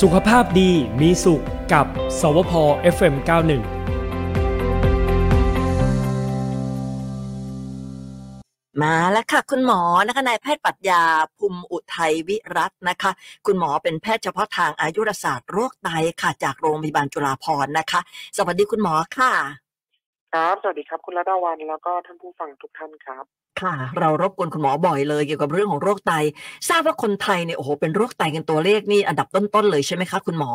สุขภาพดีมีสุขกับ สวพ FM91 มาแล้วค่ะ คุณหมอนะคะนายแพทย์ปรัชญาภูมิอุทัยวิรัตน์นะคะ คุณหมอเป็นแพทย์เฉพาะทางอายุรศาสตร์โรคไตค่ะ จากโรงพยาบาลจุฬาภรณ์นะคะ สวัสดีคุณหมอค่ะ ครับ สวัสดีครับ คุณรัตดาวันแล้วก็ท่านผู้ฟังทุกท่านครับ ค่ะ เรารบกวนคุณหมอบ่อยเลยเกี่ยวกับเรื่องของโรคไต ทราบว่าคนไทยเนี่ยโอ้โหเป็นโรคไตกันตัวเลขนี่อันดับต้นๆเลยใช่ไหมคะคุณหมอ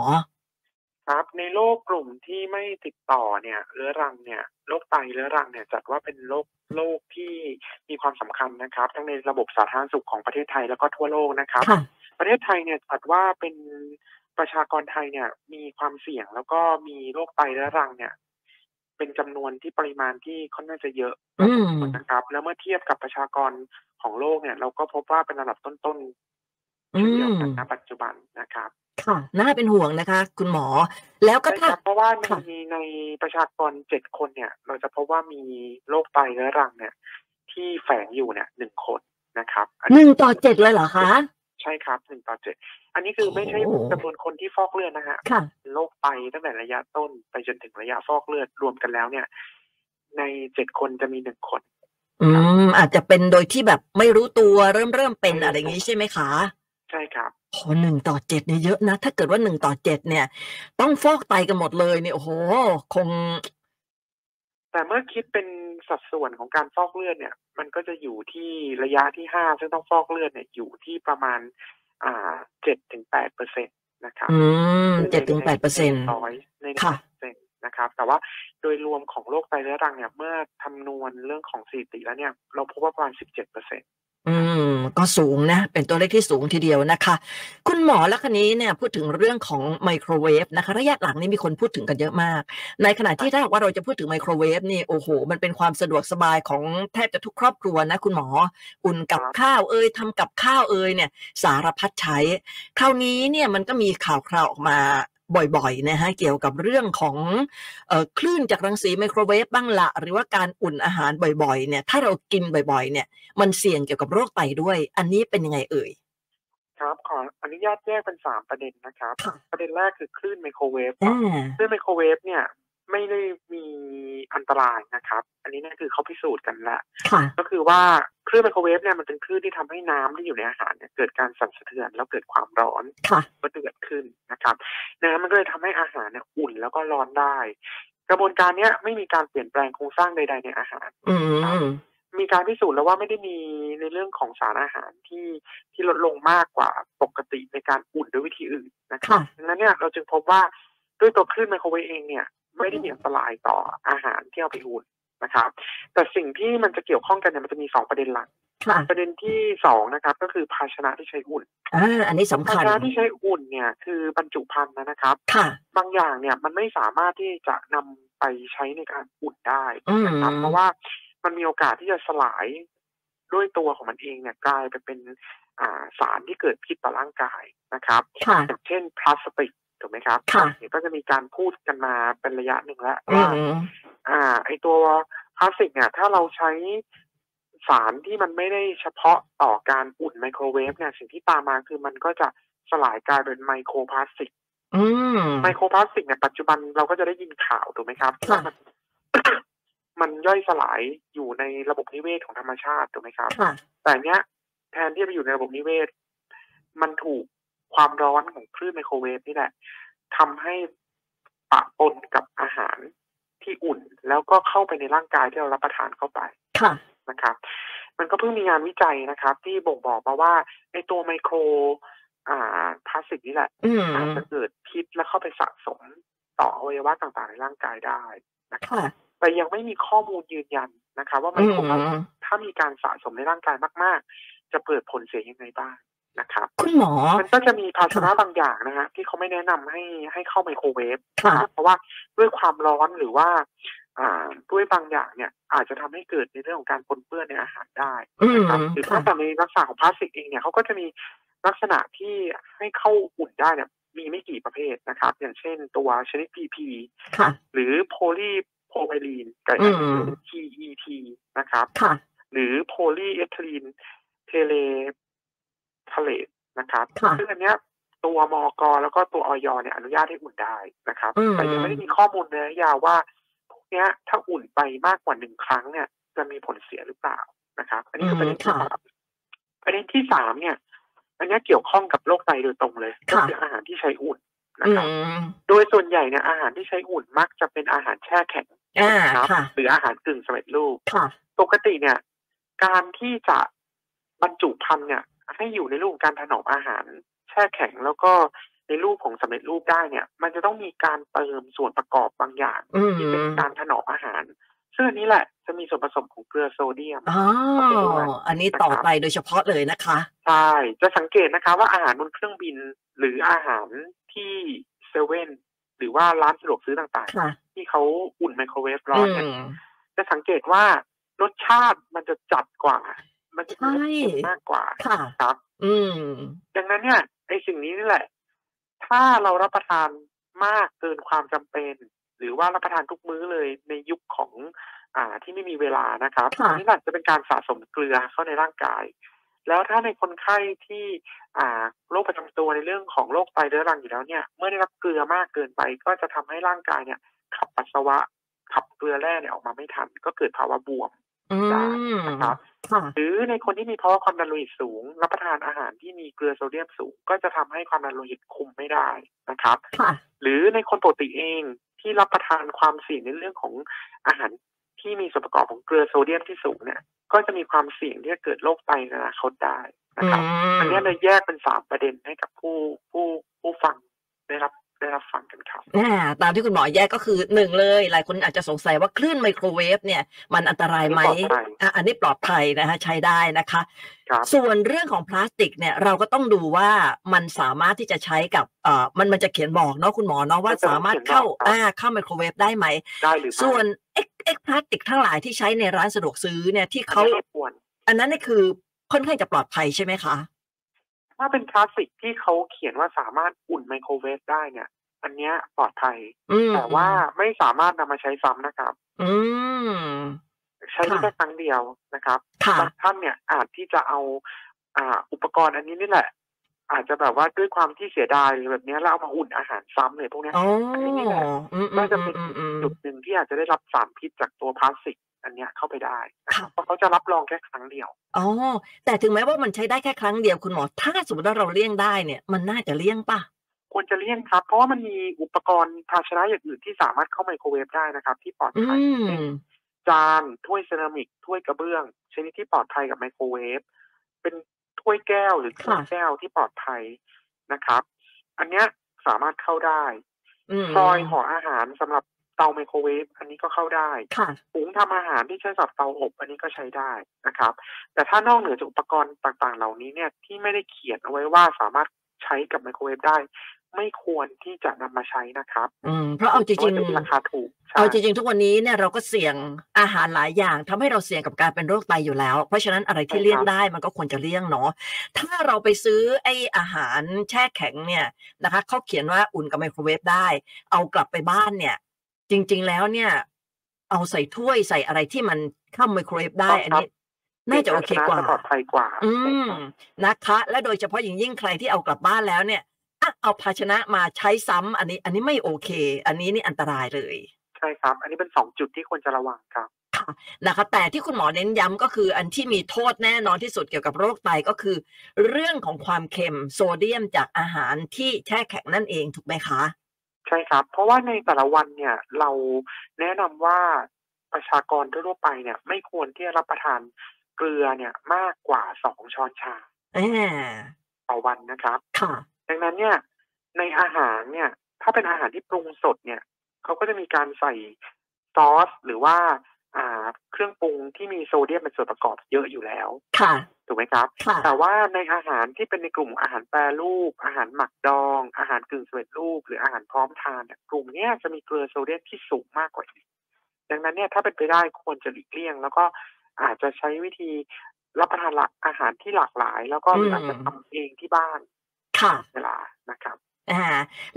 ครับ ในโรคกลุ่มที่ไม่ติดต่อเนี่ยเรื้อรังเนี่ยโรคไตเรื้อรังเนี่ยจัดว่าเป็นโรคโรคที่มีความสำคัญนะครับ ทั้งในระบบสาธารณสุขของประเทศไทยแล้วก็ทั่วโลกนะครับ ค่ะ ประเทศไทยเนี่ยจัดว่าเป็นประชากรไทยเนี่ยมีความเสี่ยงแล้วก็มีโรคไตเรื้อรังเนี่ย เป็นจำนวนที่ปริมาณที่ค่อนข้างจะเยอะพอสมควรนะครับ แล้วเมื่อเทียบกับประชากรของโลกเนี่ย เราก็พบว่าเป็นระดับต้นๆ อื เช่นเดียว ม กันณปัจจุบันนะครับ ค่ะน่าเป็นห่วงนะคะ คุณหมอ แล้วก็ ใช่ค ถ้า รับเพราะว่าใน ค่ะ ในประชากรเจ็ดคนเนี่ย เราจะพบว่ามีโรคไตเรื้อรังเนี่ย ที่แฝงอยู่เนี่ยหนึ่งคนนะครับอั หนึ่งต่อเจ็ดเลยเหรอคะ ใช่ครับหนึ่งต่อเจ็ดอันนี้คือไม่ใช่ โอ้โห จำนวนคนที่ฟอกเลือดนะฮะ ค่ะ เป็นโรคไตตั้งแต่ระยะต้นไปจนถึงระยะฟอกเลือดรวมกันแล้วเนี่ย ในเจ็ดคนจะมีหนึ่งคน อืมอาจจะเป็นโดยที่แบบไม่รู้ตัวเริ่มเริ่มเป็นอะไรอย่างนี้ใช่ไหมคะ ใช่ครับ โอ้โหหนึ่งต่อเจ็ดเนี่ยเยอะนะ ถ้าเกิดว่าหนึ่งต่อเจ็ดเนี่ย ต้องฟอกไตกันหมดเลยเนี่ยโอ้โห คง แต่เมื่อคิดเป็นสัดส่วนของการฟอกเลือดเนี่ย มันก็จะอยู่ที่ระยะที่ห้าซึ่งต้องฟอกเลือดเนี่ยอยู่ที่ประมาณ อ่าเจ็ดถึงแปดเปอร์เซ็นตนะครับ อืมเจ็ดถึงแปดเปอร์เซ็นต์ น้อยในหนึ่ง ค่ะ เปอร์เซ็นต์นะครับ แต่ว่าโดยรวมของโรคไตเรื้อรังเนี่ย เมื่อคำนวณเรื่องของสถิติแล้วเนี่ย เราพบว่าประมาณ 17เปอร์เซ็นต์ อืม ก็สูงนะ เป็นตัวเลขที่สูงทีเดียวนะคะ คุณหมอแล้วคันนี้เนี่ย พูดถึงเรื่องของไมโครเวฟนะคะ ระยะหลังนี่มีคนพูดถึงกันเยอะมาก ในขณะที่ถ้าหากว่าเราจะพูดถึงไมโครเวฟนี่โอ้โห มันเป็นความสะดวกสบายของแทบจะทุกครอบครัวนะ คุณหมอ อุ่นกับข้าวเอ่ยทำกับข้าวเอ่ยเนี่ย สารพัดใช้ คราวนี้เนี่ยมันก็มีข่าวคราวออกมาบ่อยๆนะฮะเกี่ยวกับเรื่องของเอ่อคลื่นจากรังสีไมโครเวฟบ้างละหรือว่าการอุ่นอาหารบ่อยๆ เนี่ย ถ้าเรากินบ่อยๆ เนี่ย มันเสี่ยงเกี่ยวกับโรคไตด้วย อันนี้เป็นยังไงเอ่ย ครับ ขออนุญาตแยกเป็นสามประเด็นนะครับ ค่ะ ประเด็นแรกคือคลื่นไมโครเวฟ อ่า คลื่นไมโครเวฟเนี่ย ไม่ได้มีอันตรายนะครับ อันนี้นั่นคือเขาพิสูจน์กันแล้ว ค่ะ ก็คือว่าคลื่นไมโครเวฟเนี่ยมันเป็นคลื่นที่ทำให้น้ำที่อยู่ในอาหารเนี่ยเกิดการสั่นสะเทือนแล้วเกิดความร้อน ค่ะ ก็เดือดขึ้นนะครับน้ำมันก็เลยทำให้อาหารเนี่ยอุ่นแล้วก็ร้อนได้ กระบวนการเนี้ยไม่มีการเปลี่ยนแปลงโครงสร้างใด ๆ ในอาหาร อืม มีการพิสูจน์แล้วว่าไม่ได้มีในเรื่องของสารอาหารที่ที่ลดลงมากกว่าปกติในการอุ่นด้วยวิธีอื่นนะครับ ค่ะ ดังนั้นเนี่ยเราจึงพบว่าด้วยตัวคลื่นไมโครเวฟเองเนี่ย ไม่ได้มีอันตรายต่ออาหารที่เอาไปอุ่นนะครับ แต่สิ่งที่มันจะเกี่ยวข้องกันเนี่ยมันจะมีสองประเด็นหลัก ค่ะ ประเด็นที่สองนะครับ ก็คือภาชนะที่ใช้อุ่น อ่าอันนี้สำ ภา คัญ ชนะที่ใช้อุ่นเนี่ยคือบรรจุภัณฑ์นะครับ ค่ะ บางอย่างเนี่ยมันไม่สามารถที่จะนำไปใช้ในการอุ่นได้ อืม นะครับเพราะว่ามันมีโอกาสที่จะสลายด้วยตัวของมันเองเนี่ยกลายไปเป็นอ่าสารที่เกิดพิษต่อร่างกายนะครับ ค่ะ อย่างเช่นพลาสติกถูกไหมครับ ค่ะ เนี่ยก็จะมีการพูดกันมาเป็นระยะหนึ่งแล้ว อื ว่า ม อ่าไอตัวพลาสติกเนี่ยถ้าเราใช้สารที่มันไม่ได้เฉพาะต่อการอุ่นไมโครเวฟเนี่ยสิ่งที่ตามมาคือมันก็จะสลายกลายเป็นไมโครพลาสติก อืม ไมโครพลาสติกเนี่ยปัจจุบันเราก็จะได้ยินข่าวถูกไหมครับ ค่ะ มัน มันย่อยสลายอยู่ในระบบนิเวศของธรรมชาติถูกไหมครับ ค่ะ แต่เนี้ยแทนที่จะไปอยู่ในระบบนิเวศ มันถูกความร้อนของคลื่นไมโครเวฟนี่แหละทำให้ปะปนกับอาหารที่อุ่น แล้วก็เข้าไปในร่างกายที่เรารับประทานเข้าไป ค่ะ นะครับ มันก็เพิ่งมีงานวิจัยนะครับ ที่บ่งบอกมาว่าในตัวไมโคร อ่าพลาสติกนี่แหละ อืม อาจจะเกิดพิษและเข้าไปสะสมต่ออวัยวะต่างๆในร่างกายได้นะครับ ค่ะ แต่ยังไม่มีข้อมูลยืนยันนะคะว่าไม อื โครพลาสติก ม ถ้ามีการสะสมในร่างกายมาก ๆ จะเกิดผลเสียยังไงบ้างนะครับ คุณหมอ มันก็จะมีภาชนะ ค่ะ บางอย่างนะฮะที่เขาไม่แนะนำให้ให้เข้าไมโครเวฟ ค่ะ นะครับเพราะว่าด้วยความร้อนหรือว่า อ่าด้วยบางอย่างเนี่ย อาจจะทำให้เกิดในเรื่องของการปนเปื้อนในอาหารได้ อืม ครับหรือ ค่ะ ถ้าแต่ในลักษณะของพลาสติกเองเนี่ยเขาก็จะมีลักษณะที่ให้เข้าอุ่นได้เนี่ยมีไม่กี่ประเภทนะครับ อย่างเช่นตัวชนิด PP ค่ะ หรือโพลีโพไพลีนกับ อืม TET นะครับ ค่ะ หรือโพลีเอทิลีนเทเลพาเลตนะครับ ค่ะ ซึ่งอันเนี้ย ตัวมอกแล้วก็ตัวออยเนี่ยอนุญาตให้อุ่นได้นะครับ อืม แต่ยังไม่ได้มีข้อมูลระยะยาวว่าพวกเนี้ย ถ้าอุ่นไปมากกว่าหนึ่งครั้งเนี่ย จะมีผลเสียหรือเปล่านะครับ อันนี้คือประเด็นที่สามประเด็นที่สามเนี่ย อันเนี้ยเกี่ยวข้องกับโรคไตโดยตรงเลยก็ ค่ะ คืออาหารที่ใช้อุ่นนะ อื ครับ ม โดยส่วนใหญ่เนี่ยอาหารที่ใช้อุ่นมักจะเป็นอาหารแช่แข็ง อ่า ครับ ค่ะ หรืออาหารกึ่งสำเร็จรูป ค่ะ ปกติเนี่ย การที่จะบรรจุพันธุ์เนี่ย ให้อยู่ในรูปของการถนอมอาหาร แช่แข็งแล้วก็ในรูปของสำเร็จรูปได้เนี่ย มันจะต้องมีการเติมส่วนประกอบบางอย่าง อืม ที่เป็นการถนอมอาหาร ซึ่งอันนี้แหละจะมีส่วนผสมของเกลือโซเดียม อ๋ออันนี้ต่อไปโดยเฉพาะเลยนะคะ ใช่ จะสังเกตนะคะว่าอาหารบนเครื่องบินหรืออาหารที่เซเว่นหรือว่าร้านสะดวกซื้อต่าง ค่ะ ๆ ที่เขาอุ่นไมโครเวฟร้อ อื นเนี่ย ม จะสังเกตว่ารสชาติมันจะจัดกว่า มันจะมีรสเค็ม ใช่ มากกว่า ค่ะ ครับ อืม ดังนั้นเนี่ยไอสิ่งนี้นี่แหละ ถ้าเรารับประทานมากเกินความจำเป็น หรือว่ารับประทานทุกมื้อเลยในยุคของอ่าที่ไม่มีเวลานะครับ ค่ะ อันนี้อาจจะเป็นการสะสมเกลือเข้าในร่างกาย แล้วถ้าในคนไข้ที่อ่าโรคประจำตัวในเรื่องของโรคไตเรื้อรังอยู่แล้วเนี่ย เมื่อได้รับเกลือมากเกินไป ก็จะทำให้ร่างกายเนี่ย ขับปัสสาวะ ขับเกลือแร่เนี่ยออกมาไม่ทัน ก็เกิดภาวะบวม อืม นะครับ ค่ะ หรือในคนที่มีภาวะความดันโลหิตสูง รับประทานอาหารที่มีเกลือโซเดียมสูง ก็จะทำให้ความดันโลหิตคุมไม่ได้นะครับ ค่ะ หรือในคนปกติเองที่รับประทานความเสี่ยงในเรื่องของอาหารที่มีส่วนประกอบของเกลือโซเดียมที่สูงเนี่ย ก็จะมีความเสี่ยงที่จะเกิดโรคไตในอนาคตได้นะ อื ครับ ม อันเนี้ยเลยแยกเป็นสามประเด็นให้กับผู้ผู้ผู้ฟังได้รับได้รับฟังกันครับ อ่าตามที่คุณหมอแยกก็คือหนึ่งเลย หลายคนอาจจะสงสัยว่าคลื่นไมโครเวฟเนี่ย มันอันตรายไหม ปลอดภัย อ่ะอันนี้ปลอดภัยนะคะใช้ได้นะคะ ครับ ส่วนเรื่องของพลาสติกเนี่ยเราก็ต้องดูว่ามันสามารถที่จะใช้กับเอ่อมันมันจะเขียนบอกเนาะคุณหมอเนาะว่าสามารถเข้า มันจะเขียนบอกครับ อ่าเข้าไมโครเวฟได้ไหม ได้หรือไม่ ส่วนเอ็กเอ็กพลาสติกทั้งหลายที่ใช้ในร้านสะดวกซื้อเนี่ยที่เขา อันนี้ไม่ควร อันนั้นนี่คือค่อนข้างจะปลอดภัยใช่ไหมคะ ถ้าเป็นพลาสติกที่เขาเขียนว่าสามารถอุ่นไมโครเวฟได้เนี่ย อันเนี้ยปลอดภัย อืม แต่ว่าไม่สามารถนำมาใช้ซ้ำนะครับ อืม ใช้ได้ ค่ะ แค่ครั้งเดียวนะครับ ค่ะ บางท่านเนี่ยอาจที่จะเอาอ่าอุปกรณ์อันนี้นี่แหละ อาจจะแบบว่าด้วยความที่เสียดายหรือแบบเนี้ยแล้วเอามาอุ่นอาหารซ้ำเลยพวกเนี้ย อ๋อ อันนี้ อืม นี่แหละ อืม ก็จะ อืม เป็น อืมอืม จุดหนึ่งที่อาจจะได้รับสารพิษจากตัวพลาสติก อันเนี้ยเข้าไปได้ ค่ะ เพราะเขาจะรับรองแค่ครั้งเดียว อ๋อ แต่ถึงแม้ว่ามันใช้ได้แค่ครั้งเดียวคุณหมอ ถ้าสมมติว่าเราเลี่ยงได้เนี่ย มันน่าจะเลี่ยงป่ะ ควรจะเลี่ยงครับ เพราะว่ามันมีอุปกรณ์ภาชนะอย่างอื่นที่สามารถเข้าไมโครเวฟได้นะครับ ที่ปลอด อื ภัย ม เช่น จานถ้วยเซรามิกถ้วยกระเบื้อง ชนิดที่ปลอดภัยกับไมโครเวฟเป็นถ้วยแก้วหรือถ้วย ค่ะ แก้วที่ปลอดภัยนะครับ อันเนี้ยสามารถเข้าได้ อืม ฟอยล์ห่ออาหารสำหรับเตาไมโครเวฟอันนี้ก็เข้าได้ ค่ะ ถุงทำอาหารที่ใช้สำหรับเตาอบอันนี้ก็ใช้ได้นะครับ แต่ถ้านอกเหนือจากอุปกรณ์ต่างๆ เหล่านี้เนี่ยที่ไม่ได้เขียนเอาไว้ว่าสามารถใช้กับไมโครเวฟได้ ไม่ควรที่จะนำมาใช้นะครับ อืม เพราะเอาจริง พาะว่าะมีรา ๆ คาถูกใช่ เอาจริงๆ ทุกวันนี้เนี่ยเราก็เสี่ยงอาหารหลายอย่างทำให้เราเสี่ยงกับการเป็นโรคไตอยู่แล้ว เพราะฉะนั้นอะไรที่ ใช่ครับ เลี่ยงได้มันก็ควรจะเลี่ยงเนาะ ถ้าเราไปซื้อไออาหารแช่แข็งเนี่ยนะคะเขาเขียนว่าอุ่นกับไมโครเวฟได้ เอากลับไปบ้านเนี่ย จริงๆแล้วเนี่ย เอาใส่ถ้วยใส่อะไรที่มันเข้าไมโครเวฟได้ อันนี้น่าจะโอเคกว่า ปลอดภัยกว่า อื ใช่ ม ครับ นะคะ และโดยเฉพาะอย่างยิ่งใครที่เอากลับบ้านแล้วเนี่ยอ่ะเอาภาชนะมาใช้ซ้ำอันนี้ อันนี้ไม่โอเค อันนี้นี่อันตรายเลย ใช่ครับ อันนี้เป็นสองจุดที่ควรจะระวังครับ นะคะ แต่ที่คุณหมอเน้นย้ำก็คืออันที่มีโทษแน่นอนที่สุดเกี่ยวกับโรคไตก็คือ เรื่องของความเค็มโซเดียมจากอาหารที่แช่แข็งนั่นเองถูกไหมคะ ใช่ครับ เพราะว่าในแต่ละวันเนี่ยเราแนะนำว่าประชากรทั่วๆไปเนี่ย ไม่ควรที่จะรับประทานเกลือเนี่ยมากกว่าสองช้อนชา อ่า ต่อวันนะครับ ค่ะ ดังนั้นเนี่ยในอาหารเนี่ย ถ้าเป็นอาหารที่ปรุงสดเนี่ยเขาก็จะมีการใส่ซอสหรือว่าอ่าเครื่องปรุงที่มีโซเดียมเป็นส่วนประกอบเยอะอยู่แล้ว ค่ะ ถูกไหมครับ ค่ะ แต่ว่าในอาหารที่เป็นในกลุ่มอาหารแปรรูป อาหารหมักดอง อาหารกึ่งสำเร็จรูป หรืออาหารพร้อมทานเนี่ยกลุ่มเนี้ยจะมีเกลือโซเดียมที่สูงมากกว่าอีกดังนั้นเนี่ยถ้าเป็นไปได้ควรจะหลีกเลี่ยง แล้วก็อาจจะใช้วิธีรับประทานละอาหารที่หลากหลาย แล้วก็ อืม อาจจะทำเองที่บ้าน ค่ะ เวลานะครับ อ่า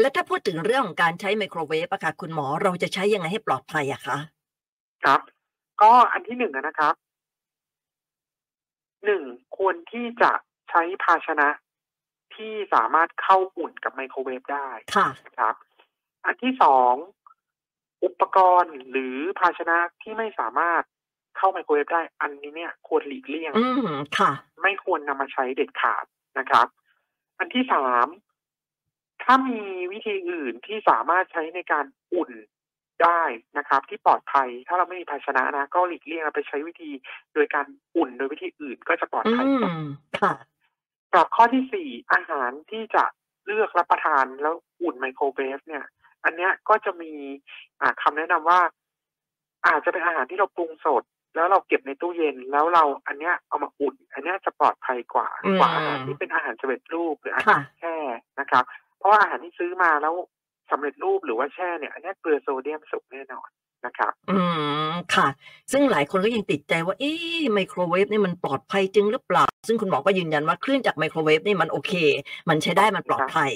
แล้วถ้าพูดถึงเรื่องของการใช้ไมโครเวฟอะค่ะคุณหมอเราจะใช้ยังไงให้ปลอดภัยอะคะ ครับ ก็อันที่หนึ่งอะนะครับหนึ่งควรที่จะใช้ภาชนะ ที่สามารถเข้าอุ่นกับไมโครเวฟได้ ค่ะ นะครับ อันที่สอง อุปกรณ์หรือภาชนะที่ไม่สามารถเข้าไมโครเวฟได้ อันนี้เนี่ยควรหลีกเลี่ยง อืมค่ะ ไม่ควรนำมาใช้เด็ดขาดนะครับ อันที่สาม ถ้ามีวิธีอื่นที่สามารถใช้ในการอุ่นได้นะครับ ที่ปลอดภัย ถ้าเราไม่มีภาชนะนะ ก็หลีกเลี่ยงเอาไปใช้วิธีโดยการอุ่นโดยวิธีอื่นก็จะปลอด อื ภัยกว่า มค่ะ กลับข้อที่สี่อาหารที่จะเลือกรับประทานแล้วอุ่นไมโครเวฟเนี่ย อันเนี้ยก็จะมีอ่าคำแนะนำว่า อาจจะเป็นอาหารที่เราปรุงสด แล้วเราเก็บในตู้เย็น แล้วเราอันเนี้ยเอามาอุ่น อันเนี้ยจะปลอดภัยกว่า อืม กว่าอาหารที่เป็นอาหารสำเร็จรูปหรืออาหาร ค่ะ แช่นะครับ เพราะว่าอาหารที่ซื้อมาแล้วสำเร็จรูปหรือว่าแช่เนี่ยอันเนี้ยเกลือโซเดียมสูงแน่นอนนะครับ อืมค่ะ ซึ่งหลายคนก็ยังติดใจว่า เอ๊ะไมโครเวฟนี่มันปลอดภัยจริงหรือเปล่า ซึ่งคุณหมอก็ยืนยันว่าเครื่องจากไมโครเวฟนี่มันโอเค มันใช้ได้มันปลอดภัย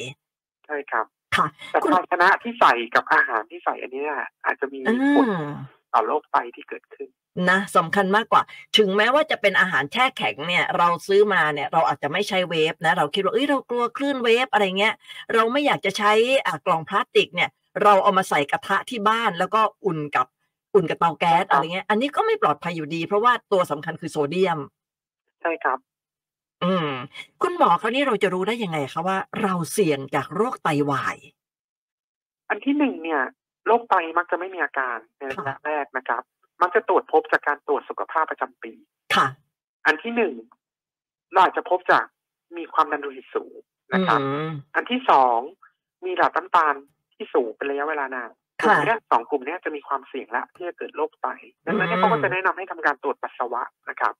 ใช่ครับ ค่ะ แต่ คุณ ภาชนะที่ใส่กับอาหารที่ใส่อันเนี้ยอาจจะมี อ่ ผล า ต่อโรคไตที่เกิดขึ้น นะสำคัญมากกว่า ถึงแม้ว่าจะเป็นอาหารแช่แข็งเนี่ย เราซื้อมาเนี่ย เราอาจจะไม่ใช้เวฟนะ เราคิดว่าเอ้ยเรากลัวคลื่นเวฟอะไรเงี้ย เราไม่อยากจะใช้อ่ะกล่องพลาสติกเนี่ย เราเอามาใส่กระทะที่บ้านแล้วก็อุ่นกับอุ่นกับเตาแก๊สอะไรเงี้ย อันนี้ก็ไม่ปลอดภัยอยู่ดี เพราะว่าตัวสำคัญคือโซเดียม ใช่ครับ อืม คุณหมอคราวนี้เราจะรู้ได้ยังไงคะว่าเราเสี่ยงจากโรคไตวาย อันที่หนึ่งเนี่ยโรคไตมักจะไม่มีอาการในระยะ ค่ะ แรกนะครับ มักจะตรวจพบจากการตรวจสุขภาพประจำปี ค่ะ อันที่หนึ่งเราอาจจะพบจากมีความดันโลหิตสูง อื นะครับ ม อันที่สองมีระดับน้ำตาลที่สูงเป็นระยะเวลานานก ค่ะ ลุ่มเนี้ยสองกลุ่มเนี้ยจะมีความเสี่ยงละที่จะเกิดโรคไตดังนั้นเนี่ย อืม เขาก็จะแนะนำให้ทำการตรวจปัสสาวะนะครับ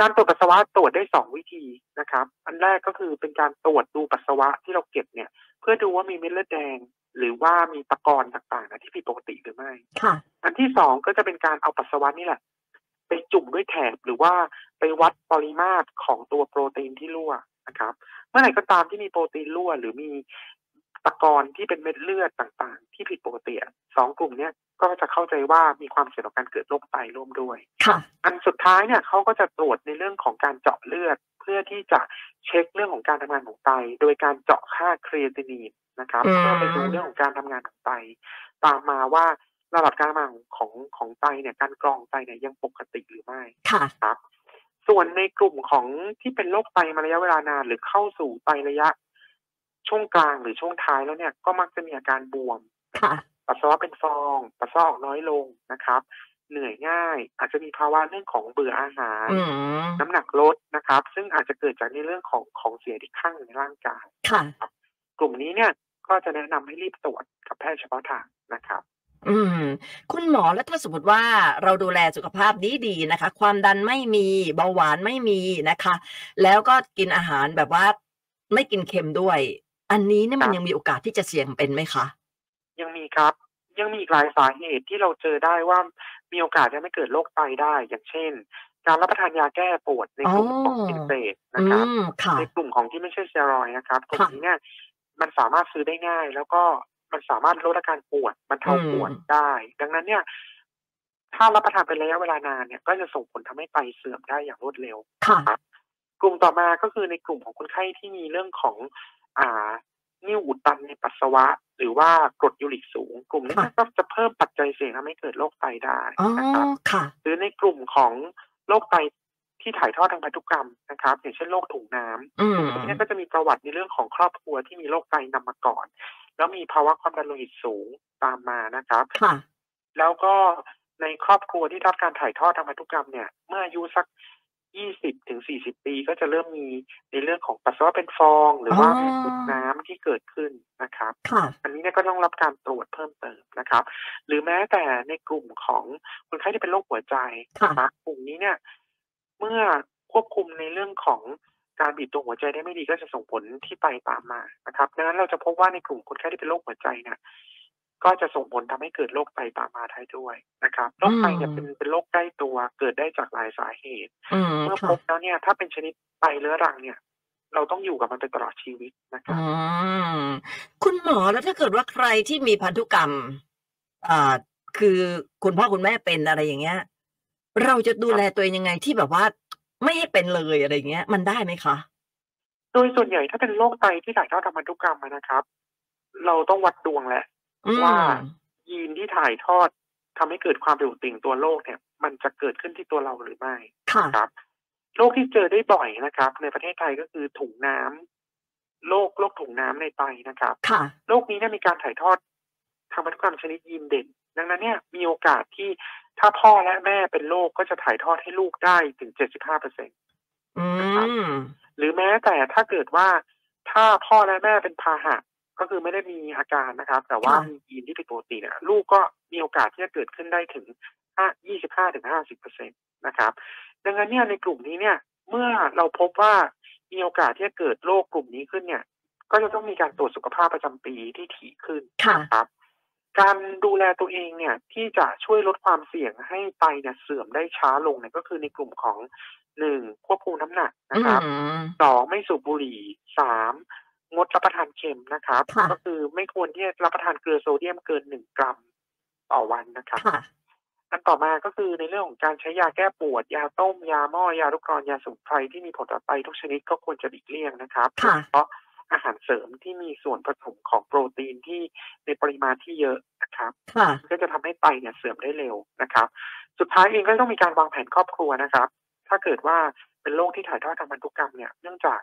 การตรวจปัสสาวะตรวจได้สองวิธีนะครับ อันแรกก็คือเป็นการตรวจดูปัสสาวะที่เราเก็บเนี่ย เพื่อดูว่ามีเม็ดเลือดแดง หรือว่ามีตะกอนต่างๆนะที่ผิดปกติหรือไม่ ค่ะ อันที่สองก็จะเป็นการเอาปัสสาวะนี่แหละ ไปจุ่มด้วยแถบหรือว่าไปวัดปริมาตรของตัวโปรตีนที่รั่วนะครับ เมื่อไหร่ก็ตามที่มีโปรตีนรั่ว หรือมีตะกอนที่เป็นเม็ดเลือดต่างๆ ที่ผิดปกติอะสองกลุ่มเนี้ยก็จะเข้าใจว่ามีความเสี่ยงต่อการเกิดโรคไตร่วมด้วย ค่ะ อันสุดท้ายเนี่ยเขาก็จะตรวจในเรื่องของการเจาะเลือด เพื่อที่จะเช็คเรื่องของการทำงานของไต โดยการเจาะค่าครีเอตินีนนะครับ อืม เพื่อไปดูเรื่องของการทำงานของไต ตามมาว่าระดับการทำงานของของไตเนี่ยการกรองไตเนี่ยยังปกติหรือไม่ ค่ะ ครับส่วนในกลุ่มของที่เป็นโรคไตมาระยะเวลานาน หรือเข้าสู่ไตระยะ ช่วงกลางหรือช่วงท้ายแล้วเนี่ยก็มักจะมีอาการบวม ค่ะ ปัสสาวะเป็นฟองปัสสาวะออกน้อยลงนะครับ เหนื่อยง่าย อาจจะมีภาวะเรื่องของเบื่ออาหาร อืม น้ำหนักลดนะครับ ซึ่งอาจจะเกิดจากในเรื่องของของเสียที่ข้างอยู่ในร่างกาย ค่ะ กลุ่มนี้เนี่ยก็จะแนะนำให้รีบตรวจกับแพทย์เฉพาะทางนะครับ อืม คุณหมอแล้วถ้าสมมติว่าเราดูแลสุขภาพดีๆนะคะ ความดันไม่มีเบาหวานไม่มีนะคะ แล้วก็กินอาหารแบบว่าไม่กินเค็มด้วย อันนี้เนี่ยมัน ครับ ยังมีโอกาสที่จะเสี่ยงเป็นไหมคะ ยังมีครับยังมีอีกหลายสาเหตุที่เราเจอได้ว่ามีโอกาสจะไม่เกิดโรคไตได้ อย่างเช่น การรับประทานยาแก้ปวดในกลุ่มของ อ๋อ กินเฟส อื นะครับ มค่ะ ในกลุ่มของที่ไม่ใช่สเตียรอยด์นะครับกลุ่ม ค่ะ นี้เนี่ยมันสามารถซื้อได้ง่าย แล้วก็มันสามารถลดอาการปวดบรรเทา อืม ปวดได้ ดังนั้นเนี่ย ถ้ารับประทานเป็นระยะเวลานานเนี่ย ก็จะส่งผลทำให้ไตเสื่อมได้อย่างรวดเร็ว ค่ะ กลุ่มต่อมาก็คือในกลุ่มของคนไข้ที่มีเรื่องของ อ่า นิ่วอุดตันในปัสสาวะ หรือว่ากรดยูริกสูง กลุ่มนี้ ค่ะ ก็จะเพิ่มปัจจัยเสี่ยงทำให้เกิดโรคไตได้ อ๋อ นะครับ ค่ะ หรือในกลุ่มของโรคไตที่ถ่ายทอดทางพันธุกรรมนะครับ อย่างเช่นโรคถุงน้ำ อืม เนี่ยก็จะมีประวัติในเรื่องของครอบครัวที่มีโรคไตนำมาก่อน แล้วมีภาวะความดันโลหิตสูงตามมานะครับ ค่ะ แล้วก็ในครอบครัวที่รับการถ่ายทอดทางพันธุกรรมเนี่ย เมื่ออายุสัก 20ถึง40 ปีก็จะเริ่มมีในเรื่องของปัสสาวะเป็นฟอง หรือว่า อ๋อ อุดน้ำที่เกิดขึ้นนะครับ ค่ะ อันนี้เนี่ยก็ต้องรับการตรวจเพิ่มเติมนะครับ หรือแม้แต่ในกลุ่มของคนไข้ที่เป็นโรคหัวใจ ค่ะ นะครับกลุ่มนี้เนี่ย เมื่อควบคุมในเรื่องของการบีบตัวหัวใจได้ไม่ดีก็จะส่งผลที่ไตตามมานะครับดังนั้นเราจะพบว่าในกลุ่มคนไข้ที่เป็นโรคหัวใจเนี่ยก็จะส่งผลทำให้เกิดโรคไตตามมาได้ด้วยนะครับโรคไตเนี่ย อืม เป็นเป็นโรคใกล้ตัวเกิดได้จากหลายสาเหตุ อืม เมื่อพ ค่ะ บแล้วเนี่ย ถ้าเป็นชนิดไตเรื้อรังเนี่ย เราต้องอยู่กับมันไปตลอดชีวิตนะครับ อืมคุณหมอแล้วถ้าเกิดว่าใครที่มีพันธุกรรมอ่าคือคุณพ่อคุณแม่เป็นอะไรอย่างเงี้ย เราจะดูแลตัวเองยังไงที่แบบว่า ไม่ให้เป็นเลยอะไรอย่างเงี้ย มันได้ไหมคะ โดยส่วนใหญ่ถ้าเป็นโรคไตที่ถ่ายทอดทางพันธุกรรมอะนะครับ เราต้องวัดดวงแหละ อืม ว่า ยีนที่ถ่ายทอดทำให้เกิดความเปลี่ยนติ่งตัวโรคเนี่ย มันจะเกิดขึ้นที่ตัวเราหรือไม่ ค่ะ นะครับโรคที่เจอได้บ่อยนะครับ ในประเทศไทยก็คือถุงน้ำโรคโรคถุงน้ำในไตนะครับ ค่ะ โรคนี้เนี่ยมีการถ่ายทอดทางพันธุกรรมชนิดยีนเด่น ดังนั้นเนี่ยมีโอกาสที่ถ้าพ่อและแม่เป็นโรคก็จะถ่ายทอดให้ลูกได้ถึง 75เปอร์เซ็น อืม หรือแม้แต่ถ้าเกิดว่าถ้าพ่อและแม่เป็นพาหะ ก็คือไม่ได้มีอาการนะครับ แต่ว่า ค่ะ มียีนที่ผิดปกติเนี่ยลูกก็มีโอกาสที่จะเกิดขึ้นได้ถึง25ถึง50เปอร์เซ็นตนะครับ ดังนั้นเนี่ยในกลุ่มนี้เนี่ย เมื่อเราพบว่ามีโอกาสที่จะเกิดโรคกลุ่มนี้ขึ้นเนี่ย ก็จะต้องมีการตรวจสุขภาพประจำปีที่ถี่ขึ้น ค่ะ ครับการดูแลตัวเองเนี่ยที่จะช่วยลดความเสี่ยงให้ไตเนี่ยเสื่อมได้ช้าลงเนี่ยก็คือในกลุ่มของหนึ่งควบคุมน้ำหนัก อื นะครับ ม สองไม่สูบบุหรี่สามงดรับประทานเค็มนะครับ ค่ะ ก็คือไม่ควรที่จะรับประทานเกลือโซเดียมเกินหนึ่งกรัมต่อวันนะครับ ค่ะ อันต่อมาก็คือในเรื่องของการใช้ยาแก้ปวด ยาต้ม ยาหม้อยาลูกกรอนยาสมุนไพรที่มีผลต่อไตทุกชนิดก็ควรจะหลีกเลี่ยงนะครับ ค่ะ เพราะอาหารเสริมที่มีส่วนผสมของโปรตีนที่ในปริมาณที่เยอะนะครับ ค่ะ ก็จะทำให้ไตเนี่ยเสื่อมได้เร็วนะครับ สุดท้ายเองก็ต้องมีการวางแผนครอบครัวนะครับ ถ้าเกิดว่าเป็นโรคที่ถ่ายทอดทางพันธุกรรมเนี่ยเนื่องจาก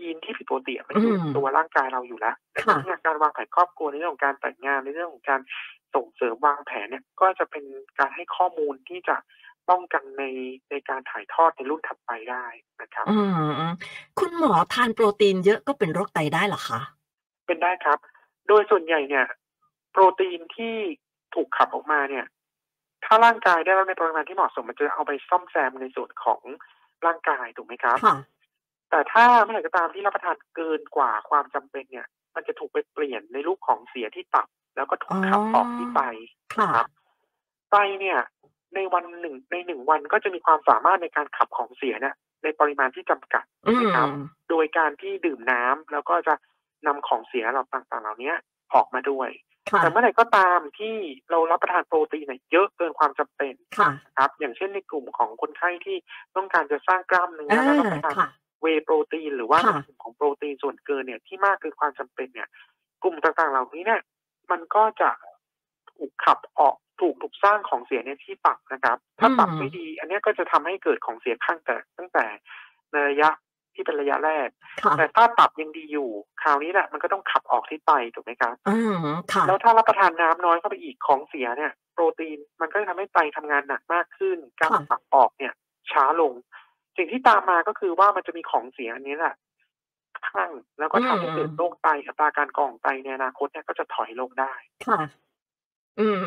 ยีนที่ผิดปกติมันอยู่ อืม ในตัวร่างกายเราอยู่แล้วดัค่ะงนั้นเนี่ยการวางแผนครอบครัวในเรื่องของการแต่งงานในเรื่องของการส่งเสริมวางแผนเนี่ย ก็จะเป็นการให้ข้อมูลที่จะป้องกันในในการถ่ายทอดในรุ่นถัดไปได้นะครับ อืม คุณหมอทานโปรตีนเยอะก็เป็นโรคไตได้เหรอคะ เป็นได้ครับ โดยส่วนใหญ่เนี่ย โปรตีนที่ถูกขับออกมาเนี่ย ถ้าร่างกายได้รับในปริมาณที่เหมาะสมมันจะเอาไปซ่อมแซมในส่วนของร่างกายถูกไหมครับ ค่ะ แต่ถ้าเมื่อไหร่ก็ตามที่รับประทานเกินกว่าความจำเป็นเนี่ย มันจะถูกไปเปลี่ยนในรูปของเสียที่ตับ แล้วก็ถูกขับออกที่ไต ค่ะ ครับไตเนี่ย ในวันหนึ่งในหนึ่งวันก็จะมีความสามารถในการขับของเสียเนี่ย ในปริมาณที่จำกัด อืม ครับ โดยการที่ดื่มน้ำแล้วก็จะนำของเสียเหล่าต่างๆ เหล่านี้ออกมาด้วย ค่ะ แต่เมื่อไหร่ก็ตามที่เรารับประทานโปรตีนเนี่ยเยอะเกินความจำเป็น ค่ะ นะครับ อย่างเช่นในกลุ่มของคนไข้ที่ต้องการจะสร้างกล้ามเนื้อ อ่า แล้วรับประทาน ค่ะ เวย์โปรตีน หรือว่า ค่ะ ในกลุ่มของโปรตีนส่วนเกินเนี่ยที่มากเกินความจำเป็นเนี่ย กลุ่มต่างๆ เหล่านี้เนี่ย มันก็จะถูกขับออกถูกถูกสร้างของเสียในที่ตับนะครับ ถ้าตับไม่ดี อันเนี้ยก็จะทำให้เกิดของเสียข้างแต่ตั้งแต่ในระยะที่เป็นระยะแรก ค่ะ แต่ถ้าตับยังดีอยู่ คราวนี้แหละมันก็ต้องขับออกที่ไตถูกไหมครับ อืม ค่ะ แล้วถ้ารับประทานน้ำน้อยเข้าไปอีกของเสียเนี่ย โปรตีนมันก็จะทำให้ไตทำงานหนักมากขึ้น การ ค่ะ ขับออกเนี่ย ช้าลง สิ่งที่ตามมาก็คือว่ามันจะมีของเสียอันนี้แหละข้างแล้วก็ทำให้เกิดโรคไตอัตราการก่อของไตในอนาคตเนี่ยก็จะถอยลงได้ ค่ะ อืม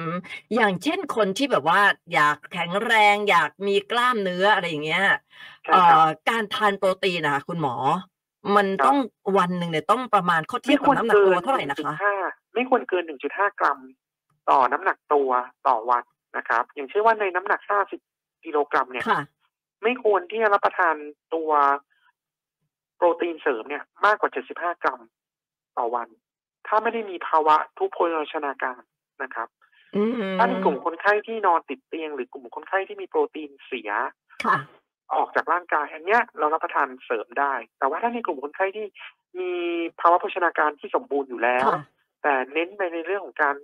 อย่างเช่นคนที่แบบว่า อยากแข็งแรง อยากมีกล้ามเนื้ออะไรอย่างเงี้ย ใช่ เอ่ ครับ อ การทานโปรตีนนะคะคุณหมอ มัน ครับ ต้องวันหนึ่งเนี่ยต้องประมาณเขาเทียบกับน้ำหนักตัวเท่าไหร่นะคะ 1.5ไม่ควรเกิน 1.5 กรัม ต่อน้ำหนักตัวต่อวันนะครับ อย่างเช่นว่าในน้ำหนัก 50 กิโลกรัมเนี่ย ค่ะ ไม่ควรที่จะรับประทานตัวโปรตีนเสริมเนี่ยมากกว่า 75 กรัมต่อวัน ถ้าไม่ได้มีภาวะทุพพลชนาการนะครับ อืม ถ้าในกลุ่มคนไข้ที่นอนติดเตียง หรือกลุ่มคนไข้ที่มีโปรตีนเสีย ค่ะ ออกจากร่างกาย อันเนี้ยเรารับประทานเสริมได้ แต่ว่าถ้าในกลุ่มคนไข้ที่มีภาวะโภชนาการที่สมบูรณ์อยู่แล้ว ค่ะ แต่เน้นไปในเรื่องของการ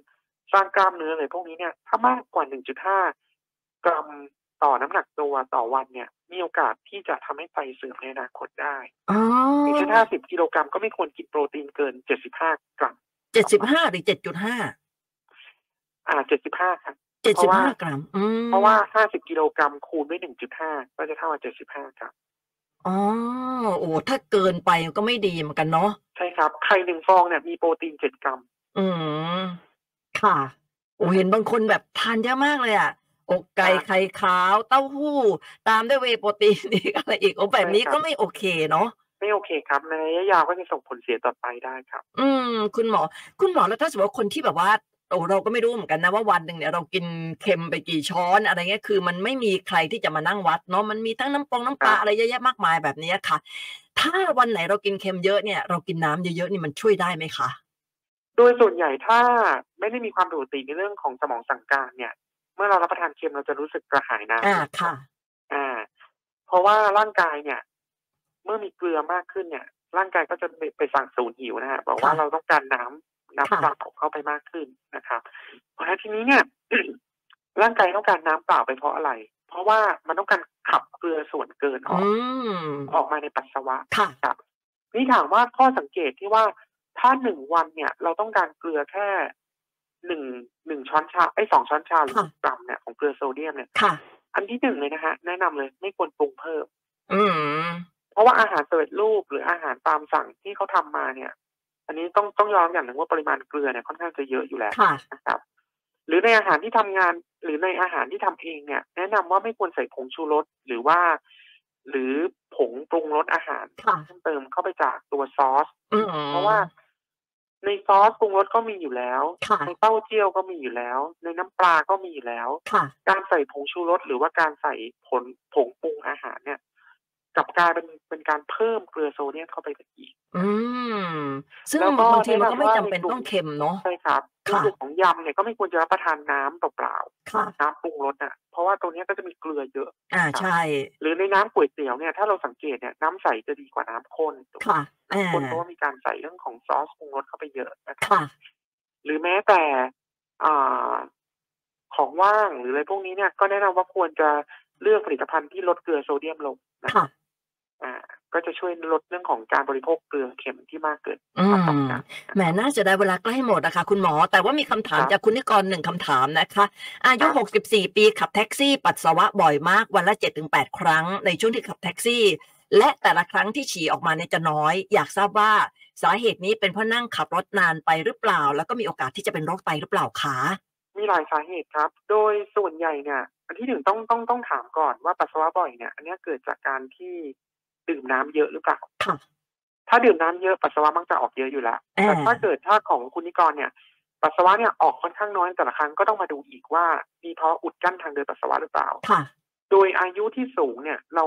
สร้างกล้ามเนื้ออะไรพวกนี้เนี่ย ถ้ามากกว่า 1.5 กรัมต่อน้ำหนักตัวต่อวันเนี่ย มีโอกาสที่จะทำให้ไตเสื่อมในอนาคตได้ อ๋อ อย่างเช่น50 กิโลกรัมก็ไม่ควรกินโปรตีนเกิน 75 กรัม เจ็ดสิบห้าหรือเจ็ดจุดห้า อ่า 75 ครับ เจ็ด เพ สิบ ราะว่า ห้ากรัม อืม เพราะว่า 50 กิโลกรัมคูณด้วย 1.5 ก็จะเท่ากับ75 ครับ อ๋อ โอ้ ถ้าเกินไปก็ไม่ดีเหมือนกันเนาะ ใช่ครับ ไข่หนึ่งฟองเนี่ยมีโปรตีน 7 กรัม อืม ค่ะ โอ้เห็นบางคนแบบทานเยอะมากเลยอ่ะ อกไก่ ครับ ไข่ขาว เต้าหู้ ตามด้วยเวย์โปรตีนอีกอะไรอีก โอ้แบบนี้ ใช่ครับ ก็ไม่โอเคเนาะ ไม่โอเคครับ ในระยะยาวก็จะส่งผลเสียต่อไตได้ครับ อืม คุณหมอ คุณหมอแล้วถ้าสมมติว่าคนที่แบบว่าโอ้เราก็ไม่รู้เหมือนกันนะว่าวันหนึ่งเนี่ยเรากินเค็มไปกี่ช้อนอะไรเงี้ยคือ มันไม่มีใครที่จะมานั่งวัดเนาะมันมีทั้งน้ำปองน้ำปลา ครับ อะไรเยอะแยะมากมายแบบเนี้ยค่ะ ถ้าวันไหนเรากินเค็มเยอะเนี่ย เรากินน้ำเยอะๆนี่มันช่วยได้ไหมคะ โดยส่วนใหญ่ถ้าไม่ได้มีความผิดปกติในเรื่องของสมองสั่งการเนี่ย เมื่อเรารับประทานเค็มเราจะรู้สึกกระหายน้ อ่าค่ะ ำอ่า เพราะว่าร่างกายเนี่ย เมื่อมีเกลือมากขึ้นเนี่ย ร่างกายก็จะไปไปสั่งศูนย์หิวนะฮะบอกว่า ค่ะ เราต้องการน้ำน้ำ ค่ะ เปล่าเข้าไปมากขึ้นนะครับ เพราะฉะนั้นทีนี้เนี่ย ร่างกายต้องการน้ำเปล่าไปเพราะอะไร เพราะว่ามันต้องการขับเกลือส่วนเกินออก อืม ออกมาในปัสสาวะ ค่ะ ครับนี่ถามว่าข้อสังเกตที่ว่าถ้าหนึ่งวันเนี่ย เราต้องการเกลือแค่หนึ่งหนึ่งช้อนชาไอ้ยสองช้อนชาหรือ ค่ะ กรัมเนี่ยของเกลือโซเดียมเนี่ย ค่ะ อันที่หนึ่งเลยนะฮะแนะนำเลยไม่ควรปรุงเพิ่ม อืม เพราะว่าอาหารเปิดรูปหรืออาหารตามสั่งที่เขาทำมาเนี่ย อันนี้ต้องต้องยอมอย่างหนึ่งว่าปริมาณเกลือเนี่ยค่อนข้างจะเยอะอยู่แล้ว ค่ะ นะครับ หรือในอาหารที่ทำงาน หรือในอาหารที่ทำเองเนี่ย แนะนำว่าไม่ควรใส่ผงชูรสหรือว่า หรือผงปรุงรสอาหาร ค่ะ เพิ่มเติมเข้าไปจากตัวซอส อืม เพราะว่าในซอสปรุงรสก็มีอยู่แล้ว ค่ะ ในเต้าเจี้ยวก็มีอยู่แล้ว ในน้ำปลาก็มีอยู่แล้ว ค่ะ การใส่ผงชูรสหรือว่าการใส่ผลผงปรุงอาหารเนี่ยกลับกลายเป็นเป็นการเพิ่มเกลือโซเดียมเข้าไปอีก อืม ซึ่ง แล้วก็ บางทีมันก็ไม่ แนะนำว่า จำเป็น ในกลุ่ม ต้องเค็มเนาะ ใช่ครับ ค่ะ ในส่วนของยำเนี่ยก็ไม่ควรจะรับประทานน้ำเปล่า ค่ะ ๆน้ำปรุงรสอ่ะเพราะว่าตัวเนี้ยก็จะมีเกลือเยอะ อ่าใช่ หรือในน้ำก๋วยเตี๋ยวเนี่ยถ้าเราสังเกตเนี่ยน้ำใสจะดีกว่าน้ำข้น ค่ะอ่า คนเพราะว่ามีการใส่เรื่องของซอสปรุงรสเข้าไปเยอะนะครับ ค่ะ หรือแม้แต่อ่าของว่างหรืออะไรพวกนี้เนี่ย ก็แนะนำว่าควรจะเลือกผลิตภัณฑ์ที่ลดเกลือโซเดียมลงนะ ค่ะ อ่า ก็จะช่วยลดเรื่องของการบริโภคเกลือเค็มที่มากเกิน อื ความต้อง ม การ แหมน่าจะได้เวลาใกล้หมดนะคะคุณหมอ แต่ว่ามีคำถาม ครับ จากคุณนิกรหนึ่งคำถามนะคะ อายุ ครับ 64 ปีขับแท็กซี่ ปัสสาวะบ่อยมากวันละ 7-8 ครั้งในช่วงที่ขับแท็กซี่ และแต่ละครั้งที่ฉี่ออกมาเนี่ยจะน้อย อยากทราบว่าสาเหตุนี้เป็นเพราะนั่งขับรถนานไปหรือเปล่า แล้วก็มีโอกาสที่จะเป็นโรคไตหรือเปล่าคะ มีหลายสาเหตุครับ โดยส่วนใหญ่เนี่ย อันที่หนึ่งต้องต้องต้องถามก่อนว่าปัสสาวะบ่อยเนี่ย อันเนี้ยเกิดจากการที่ดื่มน้ำเยอะหรือเปล่า ค่ะ ถ้าดื่มน้ำเยอะปัสสาวะมักจะออกเยอะอยู่แล้ว อ่า แต่ถ้าเกิดถ้าของคุณนิกรเนี่ย ปัสสาวะเนี่ยออกค่อนข้างน้อยแต่ละครั้งก็ต้องมาดูอีกว่ามีเพราะอุดกั้นทางเดินปัสสาวะหรือเปล่า ค่ะ โดยอายุที่สูงเนี่ยเรา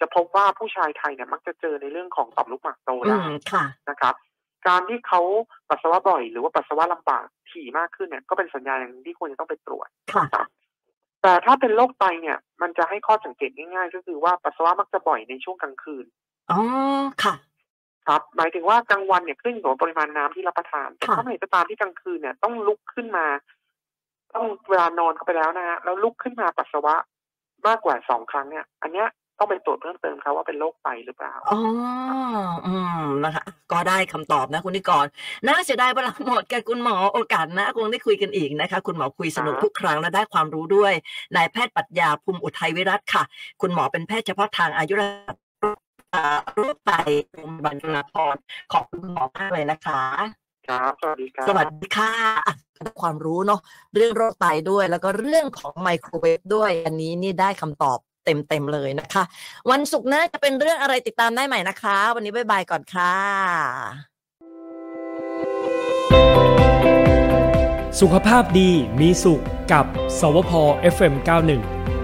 จะพบว่าผู้ชายไทยเนี่ยมักจะเจอในเรื่องของต่อมลูกหมากโต อื ได้ มค่ะ นะครับ การที่เขาปัสสาวะบ่อย หรือว่าปัสสาวะลำบากถี่มากขึ้นเนี่ยก็เป็นสัญญาณอย่างหนึ่งที่ควรจะต้องไปตรวจ ค่ะ แต่ถ้าเป็นโรคไตเนี่ยมันจะให้ข้อสังเกตง่ายๆ ก็คือว่าปัสสาวะมักจะบ่อยในช่วงกลางคืน อ๋อ ค่ะ ครับหมายถึงว่ากลางวันเนี่ยขึ้นอยู่กับปริมาณน้ำที่รับประทานแต่ ค่ะ ถ้าเมื่อไหร่ก็ตามที่กลางคืนเนี่ยต้องลุกขึ้นมา ต้องเวลานอนเข้าไปแล้วนะฮะแล้วลุกขึ้นมาปัสสาวะมากกว่าสองครั้งเนี่ย อันเนี้ยต้องไปตรวจเพิ่มเติมครับว่าเป็นโรคไตหรือเปล่า อ๋อ อืม นะคะ ก็ได้คำตอบนะคุณนิกร น่าเสียดายเวลาหมดแกคุณหมอโอกาสหนะคงได้คุยกันอีกนะคะ คุณหมอคุยสนุก ครับ ทุกครั้งและได้ความรู้ด้วย นายแพทย์ปรัชญาภูมิอุทัยวิรัตน์ค่ะ คุณหมอเป็นแพทย์เฉพาะทางอายุรศาสตร์โรคไตโรงพยาบาลจุฬาภรณ์ขอบคุณคุณหมอมากเลยนะคะ ครับสวัสดีครับ สวัสดีค่ะอ่ะได้ความรู้เนาะเรื่องโรคไตด้วย แล้วก็เรื่องของไมโครเวฟด้วย อันนี้นี่ได้คำตอบเต็มๆเลยนะคะ วันศุกร์หน้าจะเป็นเรื่องอะไรติดตามได้ใหม่นะคะ วันนี้บ๊ายบายก่อนค่ะ สุขภาพดีมีสุขกับสวพ FM91